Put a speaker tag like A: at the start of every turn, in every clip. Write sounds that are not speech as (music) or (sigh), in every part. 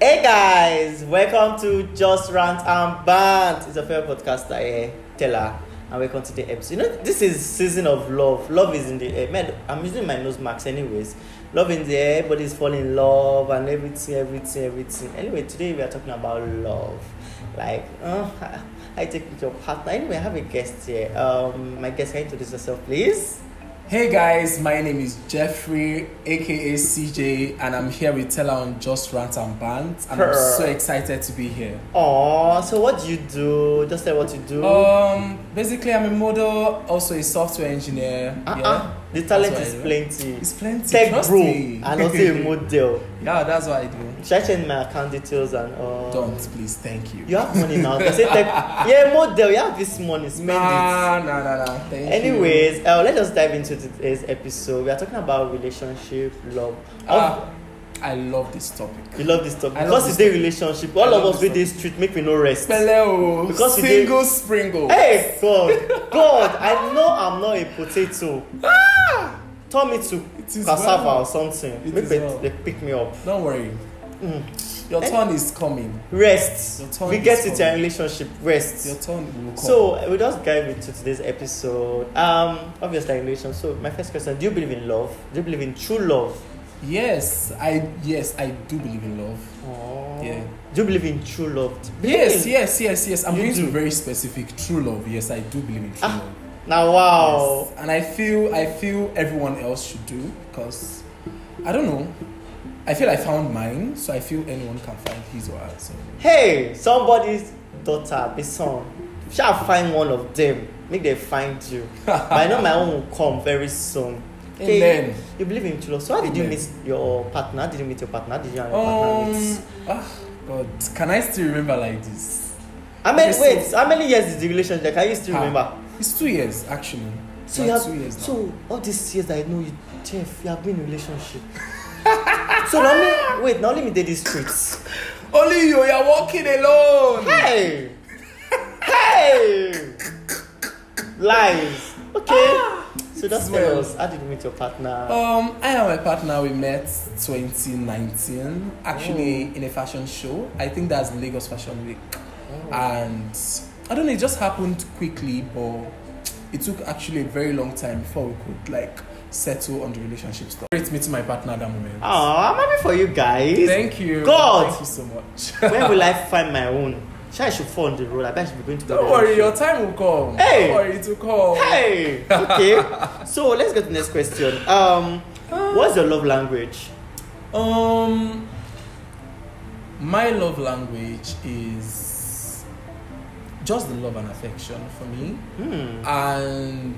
A: Hey guys, welcome to Just Rant and Band. It's a fair podcaster here, Teller, and welcome to the episode. You know, this is season of love. Love is in the air. Man, I'm using my nose marks anyways. Love in the air, everybody's falling in love and everything, everything, everything. Anyway, today we are talking about love. Like, uh, (laughs) I take with your partner. Anyway, I have a guest here. Um, my guest, can you introduce yourself, please?
B: Hey guys, my name is Jeffrey, aka CJ, and I'm here with Tella on Just Rant and Bant, and I'm
A: Purr.
B: so excited to be here.
A: Oh, so what do you do? Just tell what you do.
B: Um, basically, I'm a model, also a software engineer.
A: Uh-uh.
B: Yeah,
A: The talent
B: That's
A: is
B: what I do.
A: plenty.
B: it's plenty.
A: Tech
B: trust
A: bro
B: me.
A: (laughs) and also a
B: (laughs)
A: model.
B: yeah, that's what I do.
A: Should I change my account details and all?
B: Don't please, thank you.
A: You have money now. They say
B: (laughs)
A: tech. Yeah, model. You have this money. Spend it.
B: nah, nah, nah, nah. Thank you.
A: Anyways, uh, let us dive into today's episode. We are talking about relationship, love. Oh,
B: ah, I love this topic.
A: we love this topic
B: I love
A: because it's
B: this
A: the relationship.
B: I
A: All
B: love
A: of us
B: this
A: with this street make me no rest.
B: Hello,
A: Because we did-
B: single springle.
A: Hey God, God! I know I'm not a potato. Turn me to
B: Ah! It is
A: cassava
B: well.
A: or something.
B: It
A: Make
B: is
A: they-
B: well.
A: they pick me up.
B: Don't worry,
A: Mm.
B: your
A: Eh.
B: turn is coming.
A: Rest.
B: Your turn
A: We
B: is
A: get eh? into
B: coming.
A: our relationship. Rest.
B: Your turn will come.
A: So we just dive into today's episode. Um, obviously in relation. So my first question: Do you believe in love? Do you believe in true love?
B: Yes, I yes I do believe in love.
A: Oh.
B: Yeah.
A: Do you believe in true love? Do you believe
B: Yes,
A: in-
B: yes, yes, yes. I'm
A: You
B: going to
A: do.
B: be very specific. True love. Yes, I do believe in true
A: Ah,
B: love.
A: Now, wow.
B: Yes. And I feel I feel everyone else should do because I don't know. I feel I found mine, so I feel anyone can find his or her. So
A: Hey, somebody's daughter, be son. Shall find one of them. Make them find
B: (laughs)
A: you. but I know my own will come very soon.
B: Amen.
A: You believe in true love. So how did you
B: Amen.
A: meet your partner? How Did you meet your partner? How Did you and your partner meet?
B: Um ah, God, can I still remember like this?
A: How many
B: okay,
A: wait? How many years is the relationship? Can you still
B: Ah.
A: remember?
B: It's two years actually.
A: So
B: Like
A: you have
B: two years now.
A: so all these years I know you, Jeff, you have been in a relationship. so now me wait, now let me date these streets.
B: Only you, you're walking alone.
A: Hey, hey, lies. Okay. Ah. So that's
B: Well.
A: tell us. How did you meet your partner?
B: Um, I and my partner we met 2019 actually
A: Oh.
B: in a fashion show. I think that's Lagos Fashion Week, and I don't know. It just happened quickly, but it took actually a very long time before we could like settle on the relationship stuff. Great meeting my partner at that moment.
A: Oh, I'm happy for you guys.
B: Thank you,
A: God.
B: Thank you so much.
A: Where will I find my own? Sure, I should fall on the road. I bet I should be going to. the
B: don't worry,
A: relationship.
B: your time will come.
A: Hey.
B: Don't worry, it will come.
A: Hey. Okay. so let's go to the next question. Um, what's your love language?
B: Um, my love language is just the love and affection for me,
A: Hmm.
B: and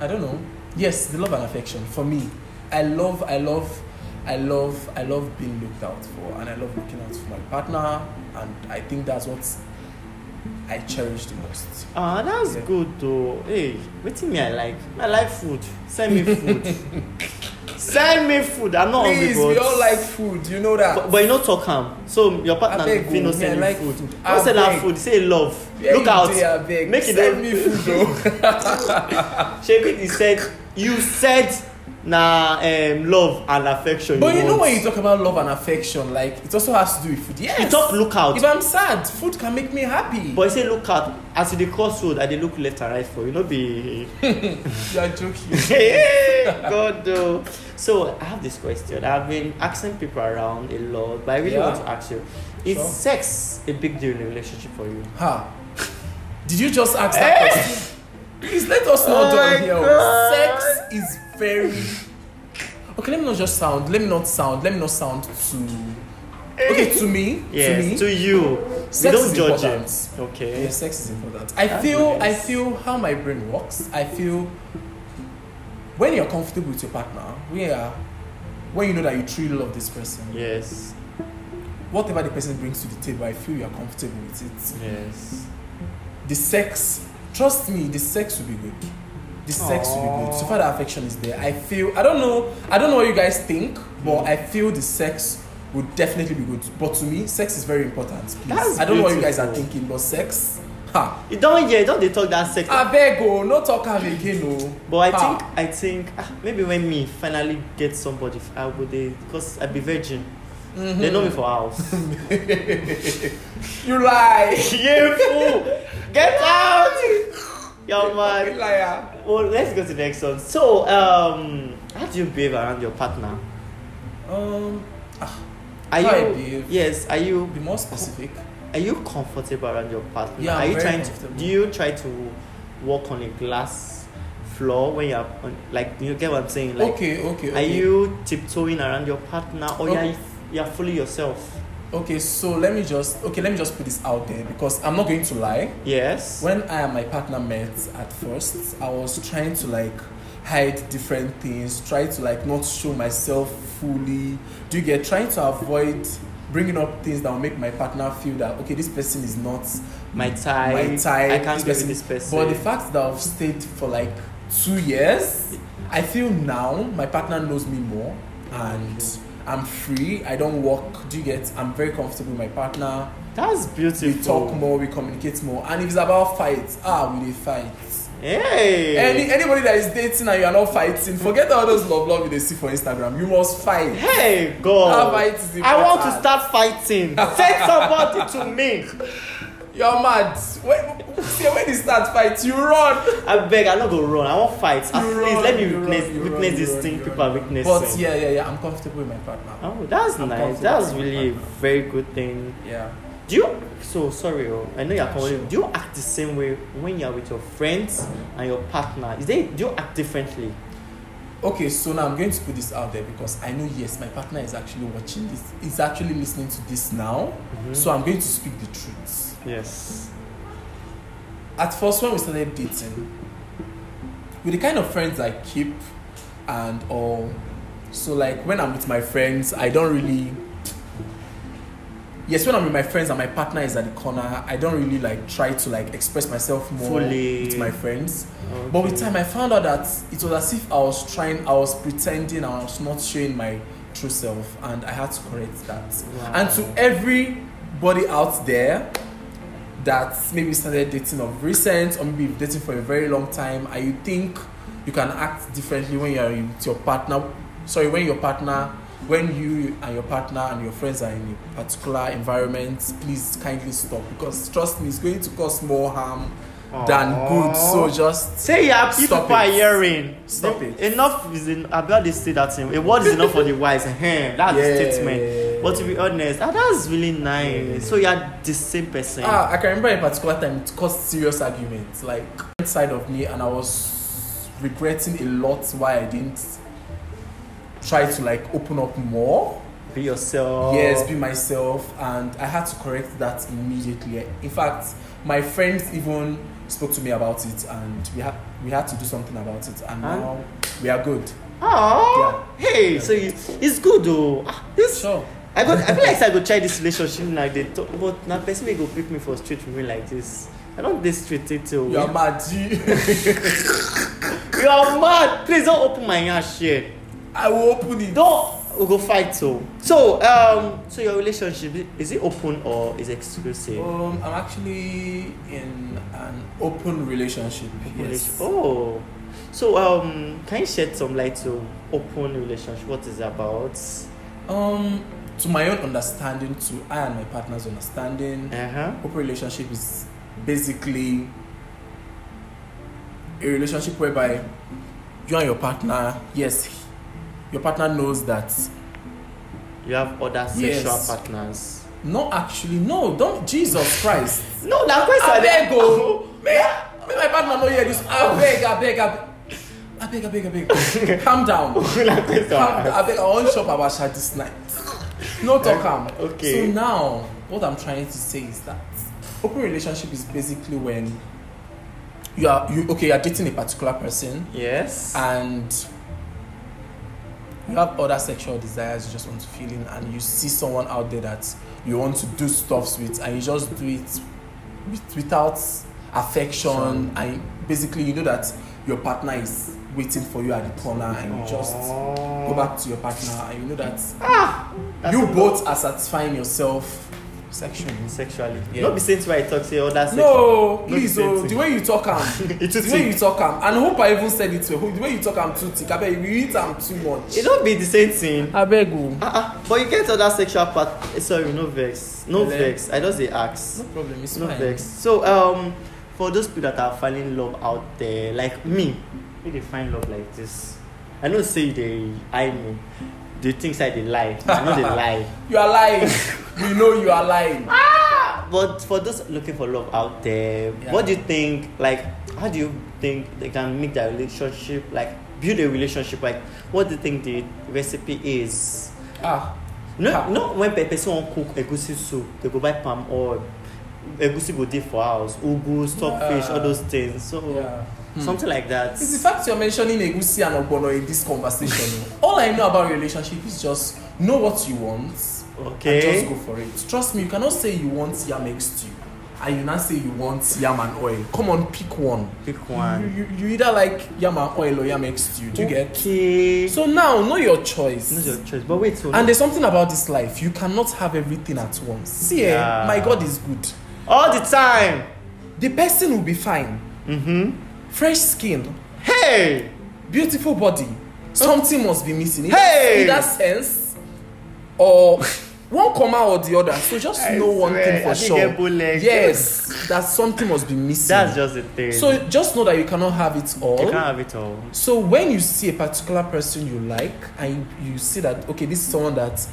B: I don't know. Yes, the love and affection for me. I love, I love, I love, I love being looked out for, and I love looking out for my partner, and I think that's what I cherish the most.
A: Ah, that's
B: Yeah.
A: good though. Hey, wetin me I like? I like food. Send me
B: (laughs)
A: food. Send me food. I'm not
B: Please,
A: hungry,
B: we
A: but
B: all like food. You know that.
A: but, but you no talk am. So your partner
B: Abeg
A: fit
B: o,
A: no
B: me,
A: send
B: I
A: you
B: like
A: food.
B: food.
A: No send am
B: Abeg.
A: food. Say love.
B: Where
A: Look
B: you
A: out.
B: dey, abeg?
A: Make you don't-
B: Send me food, though.
A: Shebi he said you said na um, love and affection
B: But you
A: you
B: know when you
A: want.
B: talk about love and affection, like it also has to do with food. Yes.
A: You talk look out.
B: If I'm sad, food can make me happy.
A: But he say look out as you dey cross road I dey look left and right for you no be
B: you are joking.
A: Hey, (laughs) God, though. So I have this question. I've been asking people around a lot, but I really
B: Yeah.
A: want to ask you: Is
B: Sure.
A: sex a big deal in a relationship for you?
B: ha. Did you just ask that question? Please let us know
A: Eh? Oh my
B: down here.
A: God.
B: Sex is very Okay, let me not just sound let me not sound let me not sound too Okay, to me.
A: Eh. Yes,
B: to me.
A: to, you.
B: Sex
A: we don't
B: is
A: judge
B: important.
A: it. Okay.
B: Yeah, sex is important. I
A: That's
B: feel I
A: nice.
B: feel how my brain works. I feel when you're comfortable with your partner, when you are when you know that you truly love this person,
A: Yes.
B: whatever the person brings to the table, I feel you are comfortable with it.
A: Yes.
B: The sex, trust me, the sex will be good. The sex will be good. So far, the affection is there. I feel I don't know I don't know what you guys think, but I feel the sex would definitely be good. But to me, sex is very important. Please.
A: That's
B: I don't know what you guys are
A: beautiful.
B: thinking, but sex, ha.
A: You don't hear. Don't they talk that sex?
B: abeg o no talk am again o.
A: but I
B: Ah,
A: think I think ah, maybe when me finally get somebody, I would eh, because I be virgin. They know me
B: Mm-hmm.
A: for
B: (laughs)
A: house. (laughs)
B: You lie.
A: you fool! Get out! You're
B: You
A: mad.
B: liar.
A: Well, let's go to the next one. So, um, how do you behave around your partner?
B: Um,
A: Are
B: How I
A: you
B: behave?
A: yes? Are you
B: be more specific.
A: are you comfortable around your partner?
B: Yeah, I'm
A: are you
B: very
A: trying to
B: comfortable.
A: do you try to walk on a glass floor when you're on, like you get what I'm saying? Like,
B: okay, okay,
A: are
B: okay.
A: you tiptoeing around your partner or
B: Okay.
A: you're you're fully yourself?
B: Okay, so let me just okay, let me just put this out there because I'm not going to lie.
A: Yes.
B: When I and my partner met at first, I was trying to like hide different things, try to like not show myself fully. Do you get trying to avoid bringing up things that will make my partner feel that okay, this person is not
A: my type.
B: my type.
A: I can't be
B: this
A: with this person.
B: But the fact that I've stayed for like two years, I feel now my partner knows me more and I'm free. I don't walk. Do you get? I'm very comfortable with my partner.
A: That's beautiful.
B: We talk more, we communicate more. And if it's about fights, ah, we dey fight.
A: Hey.
B: Any, anybody that is dating and you are not fighting, forget all those love love you dey see for Instagram. You must fight.
A: Hey God!
B: That fight is
A: I want to
B: important.
A: start fighting. Send somebody to me.
B: You're mad. When, see, when you start fight, you run.
A: I beg, I'm not gonna run. I want fight. At
B: You
A: least
B: run,
A: let me
B: you
A: witness,
B: run, you
A: witness
B: run,
A: this
B: you
A: thing
B: run, you
A: people are
B: run.
A: witnessing.
B: But yeah, yeah, yeah. I'm comfortable with my partner.
A: Oh, that's
B: I'm
A: nice.
B: comfortable
A: That's
B: with
A: really
B: my partner.
A: very good thing.
B: Yeah.
A: Do you? So sorry, oh, I know you're
B: Yeah,
A: calling.
B: sure.
A: Do you act the same way when you're with your friends and your partner? Is they do you act differently?
B: Okay, so now I'm going to put this out there because I know yes, my partner is actually watching this, is actually listening to this now.
A: Mm-hmm.
B: So I'm going to speak the truth.
A: yes.
B: At first, when we started dating, with the kind of friends I keep and all, so like when I'm with my friends, I don't really. Yes, when I'm with my friends and my partner is at the corner, I don't really like try to like express myself more
A: Fully.
B: with my friends.
A: Okay.
B: But with time, I found out that it was as if I was trying, I was pretending, I was not showing my true self, and I had to correct that.
A: Wow.
B: And to everybody out there that maybe started dating of recent, or maybe you've dated for a very long time, and you think you can act differently when you're with your partner. Sorry, when your partner, when you and your partner and your friends are in a particular environment, please kindly stop because trust me, it's going to cause more harm than good. So
A: Aww.
B: just
A: Say you happy
B: Stop
A: people are
B: it.
A: hearing.
B: Stop
A: The-
B: it.
A: Enough is en- I barely say that thing. A word is enough for the wise. Ehem, That's the statement. But to be honest, ah, that's really nice.
B: Yeah.
A: So you're the same person.
B: ah, I can remember a particular time it caused serious arguments, like inside of me, and I was regretting a lot why I didn't try to like open up more.
A: Be yourself.
B: Yes, be myself, and I had to correct that immediately. In fact, my friends even spoke to me about it, and we had we had to do something about it, and
A: Huh?
B: now we are good.
A: Oh, hey, so you, it's good though. Ah, This
B: Sure.
A: I got. I feel like I go try this relationship like they talk, but now person may go pick me for street with me like this. I don't dey street it till
B: You are mad. (laughs)
A: you are mad. Please don't open my ass here.
B: I will open it.
A: Don't we go fight so. So um, so your relationship is it open or is it exclusive?
B: Um, I'm actually in an open relationship. Yes.
A: Oh, so um, can you shed some light to open relationship? What is it about?
B: Um, to my own understanding, to I and my partner's understanding,
A: Uh huh.
B: open relationship is basically a relationship whereby you and your partner, yes, your partner knows that
A: You have other
B: Yes.
A: sexual partners.
B: no, actually, no, don't Jesus (laughs) Christ.
A: No, na question. (laughs)
B: abeg (laughs) o may may my partner no hear this abeg abeg abeg abeg abeg (laughs) abeg calm down
A: na question.
B: calm down abeg i wan chop abacha this night no talk am
A: Okay.
B: so now what i'm trying to say is that open relationship is basically when you are you okay you are dating a particular person
A: Yes.
B: and you have other sexual desires you just want to feel in and you see someone out there that you want to do stuffs with and you just do it with, without affection and basically you know that your partner is waiting for you at the corner and you just go back to your partner and you know that
A: Ah,
B: you
A: Oh. that's a
B: both are satisfying yourself section.
A: sexually.
B: Yeah.
A: Not be saying why I talk say other section.
B: No,
A: No
B: please,
A: dissent.
B: oh, the way you talk, am,
A: (laughs) It
B: the
A: is
B: way you
A: thick.
B: talk, am, and hope I even said it well. The way you talk, am too thick. I bet you eat am too much.
A: It don't be the same thing.
B: I beg oh. you.
A: Ah, ah, but you get other sexual part. eh, Sorry, no vex, no
B: Hello.
A: vex. I just say ask,
B: problem. It's
A: no vex. So um, for those people that are finding love out there, like me, we they find love like this. I don't say they I me. They think say they lie. I know they (laughs) lie.
B: You are lying. we know you are lying.
A: But for those looking for love out there,
B: Yeah.
A: what do you think? Like, how do you think they can make that relationship like build a relationship? Like, what do you think the recipe is?
B: Ah,
A: No,
B: Ah.
A: no. When Non, pe- person wan cook egusi soup, they go buy palm oil. Egusi go dey for house, ugu, stockfish,
B: Yeah.
A: all those things. So
B: Ah. yeah. Hmm.
A: something like that.
B: It's the fact you're mentioning Egusi and Ogbono in this conversation. All I know about relationship is just know what you want and just
A: Okay.
B: go for it. Trust me, you cannot say you want yam egg stew and you now say you want yam and oil. Come on, pick one.
A: Pick
B: You,
A: one.
B: you, you either like yam and oil or yam egg stew. Do you get?
A: Okay. So
B: So now know your choice.
A: not your choice, but wait. So
B: and there's something about this life. You cannot have everything at once. See, eh,
A: Yeah.
B: my God is good.
A: all the time.
B: The person will be fine.
A: Mm-hmm.
B: Fresh skin,
A: Hey.
B: beautiful body something must be missing either,
A: Hey!
B: either sense or (laughs) one comma or the other so just
A: I
B: know one
A: swear,
B: thing
A: I
B: for
A: think
B: sure
A: get bootleg.
B: yes (laughs) that something must be missing
A: That's just the thing.
B: so just know that you cannot have it all
A: you can't have it all.
B: so when you see a particular person you like and you, you see that okay this is someone that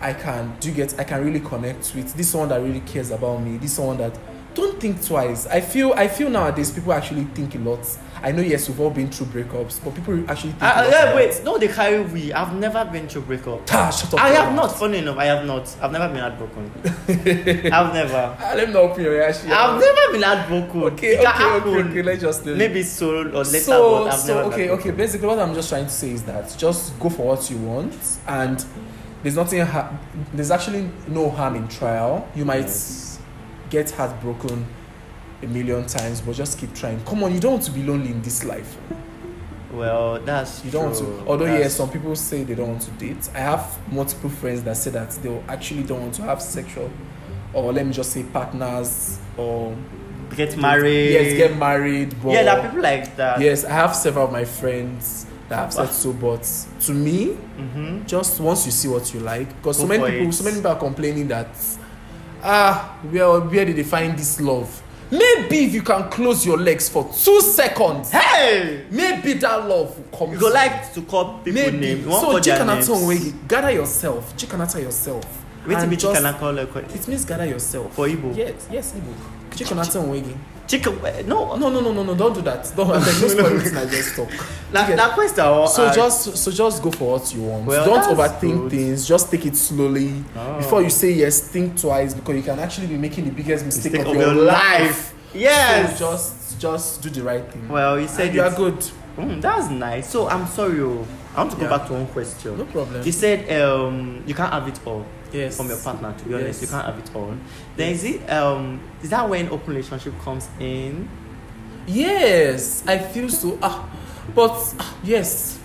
B: i can do you get i can really connect with this is someone that really cares about me this is someone that don't think twice i feel i feel nowadays people actually think a lot i know yes we've all been through breakups but people actually think a
A: I,
B: lot
A: I,
B: about-
A: Ah, wait. No, they carry we. I've never been through breakup.
B: ah, shut up
A: I have
B: girl.
A: not. Funny enough, I have not. I've never been
B: (laughs)
A: heartbroken. I've never.
B: ah, let me not open your eyes
A: I've never been heartbroken. It
B: okay okay
A: can
B: okay,
A: happen.
B: okay let's just leave it.
A: Maybe so or later,
B: so,
A: but I've
B: so
A: never
B: okay,
A: been
B: okay. Basically, what I'm just trying to say is that just go for what you want, and there's nothing. Ha- there's actually no harm in trial. You might
A: Yes.
B: get heartbroken a million times, but just keep trying. Come on, you don't want to be lonely in this life.
A: Well, that's
B: You don't
A: true.
B: want to. Although
A: that's,
B: yes, some people say they don't want to date. I have multiple friends that say that they actually don't want to have sexual, or let me just say partners, or
A: get married.
B: Yes, get married. But
A: yeah, there are people like that.
B: Yes, I have several of my friends that have said so, but to me,
A: Mm-hmm.
B: just once you see what you like, because so
A: Go
B: many
A: for
B: people,
A: it.
B: so many people are complaining that ah, where where did they find this love? Maybe if you can close your legs for two seconds,
A: Hey,
B: maybe that love will come.
A: you go
B: to
A: like to call people
B: maybe
A: name. You want
B: so
A: call their names.
B: chikanata onwe gather yourself, chikanata yourself.
A: Wait to
B: and
A: be
B: just-
A: chicken and call her call-
B: It means gather yourself.
A: for Igbo.
B: Yes, yes, Igbo. Chikanata onwe.
A: Chicken. eh, No,
B: No, no, no, no, no! Don't do that. Don't. I
A: (laughs)
B: beg, no spoil it. I just talk.
A: that,
B: Chicken.
A: that question. or,
B: so
A: uh,
B: just so just go for what you want
A: Well,
B: don't
A: that's
B: overthink
A: good.
B: things just take it slowly
A: Oh.
B: before you say yes think twice because you can actually be making the biggest mistake,
A: mistake
B: of, your, life,
A: Yes.
B: so just just do the right thing
A: well, you
B: And
A: said
B: you
A: it.
B: are good
A: Mm, that's nice. So I'm sorry. Oh, I want to go
B: Yeah.
A: back to one question.
B: no problem
A: You said um, you can't have it all.
B: yes
A: from your partner to be honest you
B: Yes.
A: can't have it all then is it um is that when open relationship comes in
B: yes i feel so ah but ah, yes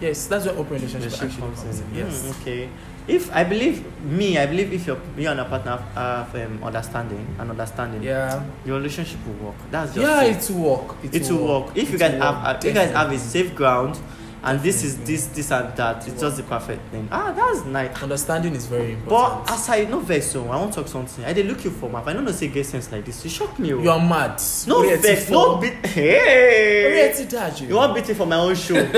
B: yes that's where open relationship actually comes in yes
A: Mm, okay if i believe me i believe if your you and your partner have um, understanding and understanding
B: yeah
A: your relationship will work that's just
B: yeah
A: it
B: it will work
A: it will work if you
B: It will
A: guys have
B: work,
A: uh, you guys have
B: definitely.
A: a safe ground and this is
B: Definitely.
A: this this and that
B: It
A: it's
B: will
A: just the perfect thing ah that's nice
B: understanding is very important
A: but as i no vex o i wan talk something i dey look you for map i no know say you get sense like this you shock me oh.
B: you
A: o
B: are mad
A: no
B: Orí ẹ ti
A: vex
B: fọ́.
A: no beat hey.
B: orí ẹ ti dájú.
A: You want beating for my own
B: (laughs)
A: show? Squeezy!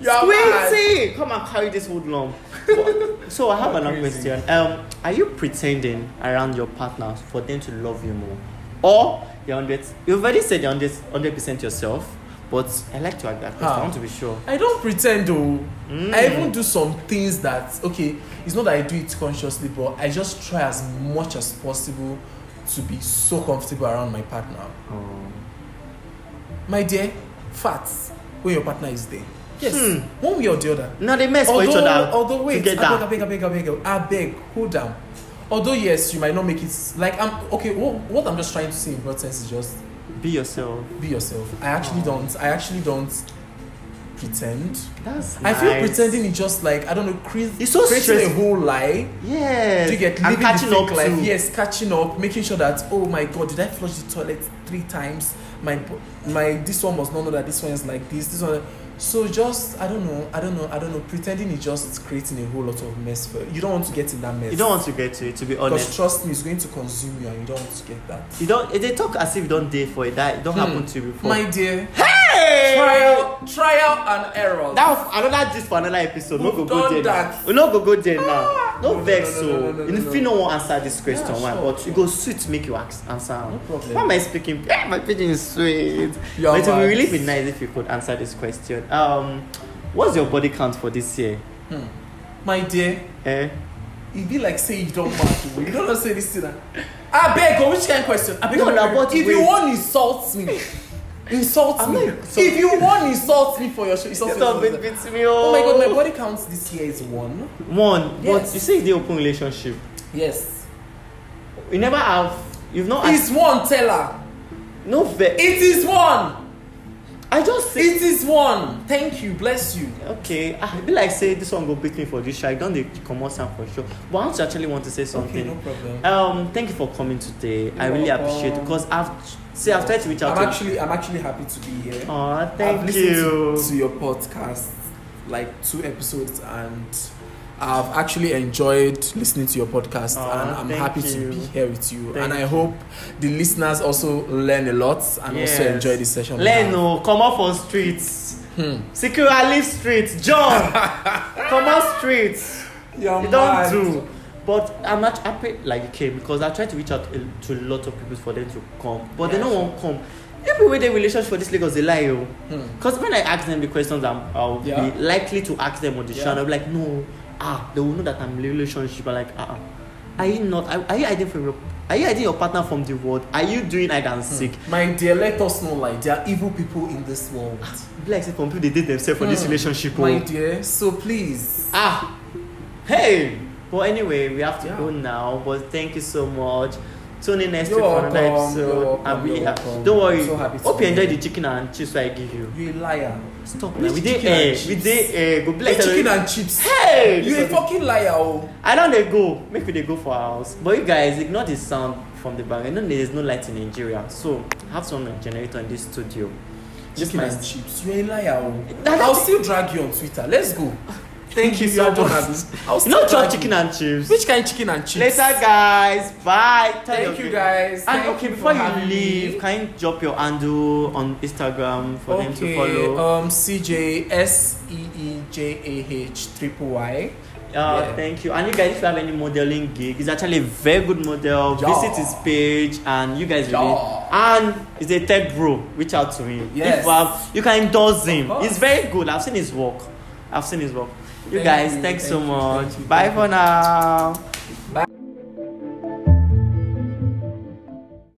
B: You are mad.
A: Squeezy! Come and carry this wood
B: (laughs)
A: lump. But- so I have
B: You are
A: another
B: crazy.
A: question. Um, are you pretending around your partner for them to love you more? Or you're hundred you've already said you're hundred hundred percent yourself, but I like to ask that question.
B: Huh.
A: I want to be sure.
B: I don't pretend though.
A: Mm.
B: I even do some things that okay, it's not that I do it consciously, but I just try as much as possible to be so comfortable around my partner.
A: Oh.
B: My dear, fats when your partner is there. Yes,
A: Hmm.
B: one way or the other.
A: Now they mess for each
B: although oh-
A: other.
B: although wait
A: together.
B: abeg abeg abeg abeg abeg hold down although yes you might not make it like i'm okay what, what i'm just trying to say in broad sense is just
A: Be yourself.
B: be yourself i actually
A: Oh.
B: don't i actually don't pretend.
A: That's
B: I feel
A: nice.
B: pretending is just like I don't know, cre-
A: It's so
B: creating
A: stress-
B: a whole lie.
A: Yes.
B: Do you get
A: I'm
B: living
A: catching
B: the
A: up
B: fake life?
A: to.
B: Yes, catching up, making sure that oh my god, did I flush the toilet three times? My bo- my this one must not know that this one is like this. This one, so just I don't know, I don't know, I don't know. Pretending is just creating a whole lot of mess for you. You don't want to get in that mess.
A: You don't want to get to it, to be honest.
B: because trust me, it's going to consume you, and you don't want to get that.
A: You don't. They talk as if you don't date for it. That it don't
B: Hmm.
A: happen to you before.
B: My dear,
A: Oh. hey!
B: trial, trial and error.
A: That was another gist for another episode. No go
B: We've
A: go
B: done
A: there. now.
B: that. Ah!
A: We no go go there now.
B: No,
A: No
B: no,
A: vex
B: no, no, no,
A: so.
B: no, no,
A: If
B: no.
A: you no wan answer this question,
B: Yeah,
A: why?
B: sure,
A: But you
B: sure.
A: go sweet make you ask, answer. am.
B: no problem.
A: Why am I speaking? Eh, my pidgin is sweet.
B: You are
A: but it would
B: mad.
A: really be nice if you could answer this question. Um, what's your body count for this year?
B: Hmm. My dear,
A: Eh?
B: e be like say you don match o you don know say this thing ah. na abeg o oh, which kind question abeg
A: No, na, but
B: if you
A: wait.
B: wan insult me insult
A: I'm
B: me
A: not insult-
B: if you wan insult me for your show insult me
A: Stop
B: for
A: it,
B: your show
A: beats me,
B: oh my god my body count this year is one
A: One,
B: Yes.
A: but you say the open relationship.
B: yes
A: You never have. You've not. Asked,
B: it's one tell her
A: no vex.
B: it is one
A: I just say.
B: it is one thank you bless you
A: okay ah e be like say this one go beat me for this shy don dey comot am for sure but i want to actually want to say
B: okay
A: something
B: no problem
A: um thank you for coming today i really
B: You're
A: appreciate
B: welcome.
A: because i've see i've tried to reach out
B: i'm
A: to
B: actually i'm actually happy to be here
A: oh
B: I've
A: thank
B: listened
A: you
B: To, to your podcast, like two episodes, and I've actually enjoyed listening to your podcast,
A: Aw,
B: and I'm
A: thank
B: happy
A: you.
B: to be here with you.
A: Thank
B: and I
A: you.
B: hope the listeners also learn a lot and also
A: Yes.
B: enjoy this session. we
A: learn oh. o
B: had.
A: comot for streets
B: Hmm.
A: secure leave street
B: (laughs)
A: john comot street
B: You're
A: you
B: mad.
A: don do but i'm not happy like you came because i tried to reach out a- to a lot of people for them to come but they
B: Yeah,
A: no
B: sure.
A: wan come people wey dey relationship for this lagos dey lie oh. o.
B: Hmm.
A: Because when I ask them the questions I'm, I'll
B: Yeah.
A: be likely to ask them on the
B: Yeah.
A: channel, I'll be like, no, ah, they will know that I'm in a relationship. I'm like, ah, ah. are you not, are, are you hiding from your, are you hiding your partner from the world? Are you doing hide and
B: Hmm.
A: seek?
B: My dear, let us know like there are evil people in this world.
A: Be like, say, some people, they date themselves for this
B: Hmm.
A: relationship.
B: My
A: oh.
B: dear, so please.
A: Ah, hey. But anyway, we have to
B: Yeah.
A: go now, but thank you so much. Tune in next
B: You're
A: week for another
B: welcome,
A: episode.
B: you're welcome,
A: I'm really
B: you're
A: happy.
B: welcome.
A: Don't
B: I'm
A: worry.
B: so happy to
A: Hope you
B: be
A: enjoy the
B: here.
A: chicken and chips I give you.
B: You a liar.
A: Stop
B: Which
A: now. We did
B: chicken and
A: air. We
B: chips?
A: did air. Go be like
B: Play chicken
A: that.
B: and chips.
A: Hey!
B: You a fucking liar. Oh.
A: I don't dey go make we dey go for our house but you guys ignore the sound from the back I know there is no light in Nigeria so I have some generator in this studio This
B: chicken
A: my-
B: and chips. You're a liar. Oh.
A: That-
B: I'll still drag you on Twitter. Let's go.
A: thank you so
B: are done
A: much
B: at this. I'll
A: you
B: still
A: no
B: drag
A: chop chicken and chips
B: Which kind of chicken and chips?
A: later guys bye Tell
B: Thank
A: your
B: you
A: people.
B: guys.
A: and
B: Thank
A: okay
B: you
A: before
B: for
A: you
B: having
A: leave
B: me.
A: can you drop your handle on Instagram for them to
B: okay,
A: follow
B: Um, CJ S E E J A H triple Y.
A: Uh,
B: Yeah.
A: Thank you. And you guys, if you have any modeling gig, he's actually a very good model.
B: Yeah.
A: Visit his page, and you guys really.
B: Yeah.
A: And he's a tech bro. Reach out to him.
B: Yes.
A: If you, have, you can endorse him.
B: course.
A: He's very good. I've seen his work. I've seen his work. You
B: Thank
A: guys,
B: you,
A: thanks
B: thank
A: so
B: you,
A: much.
B: thank you,
A: Bye
B: thank
A: for
B: you.
A: now.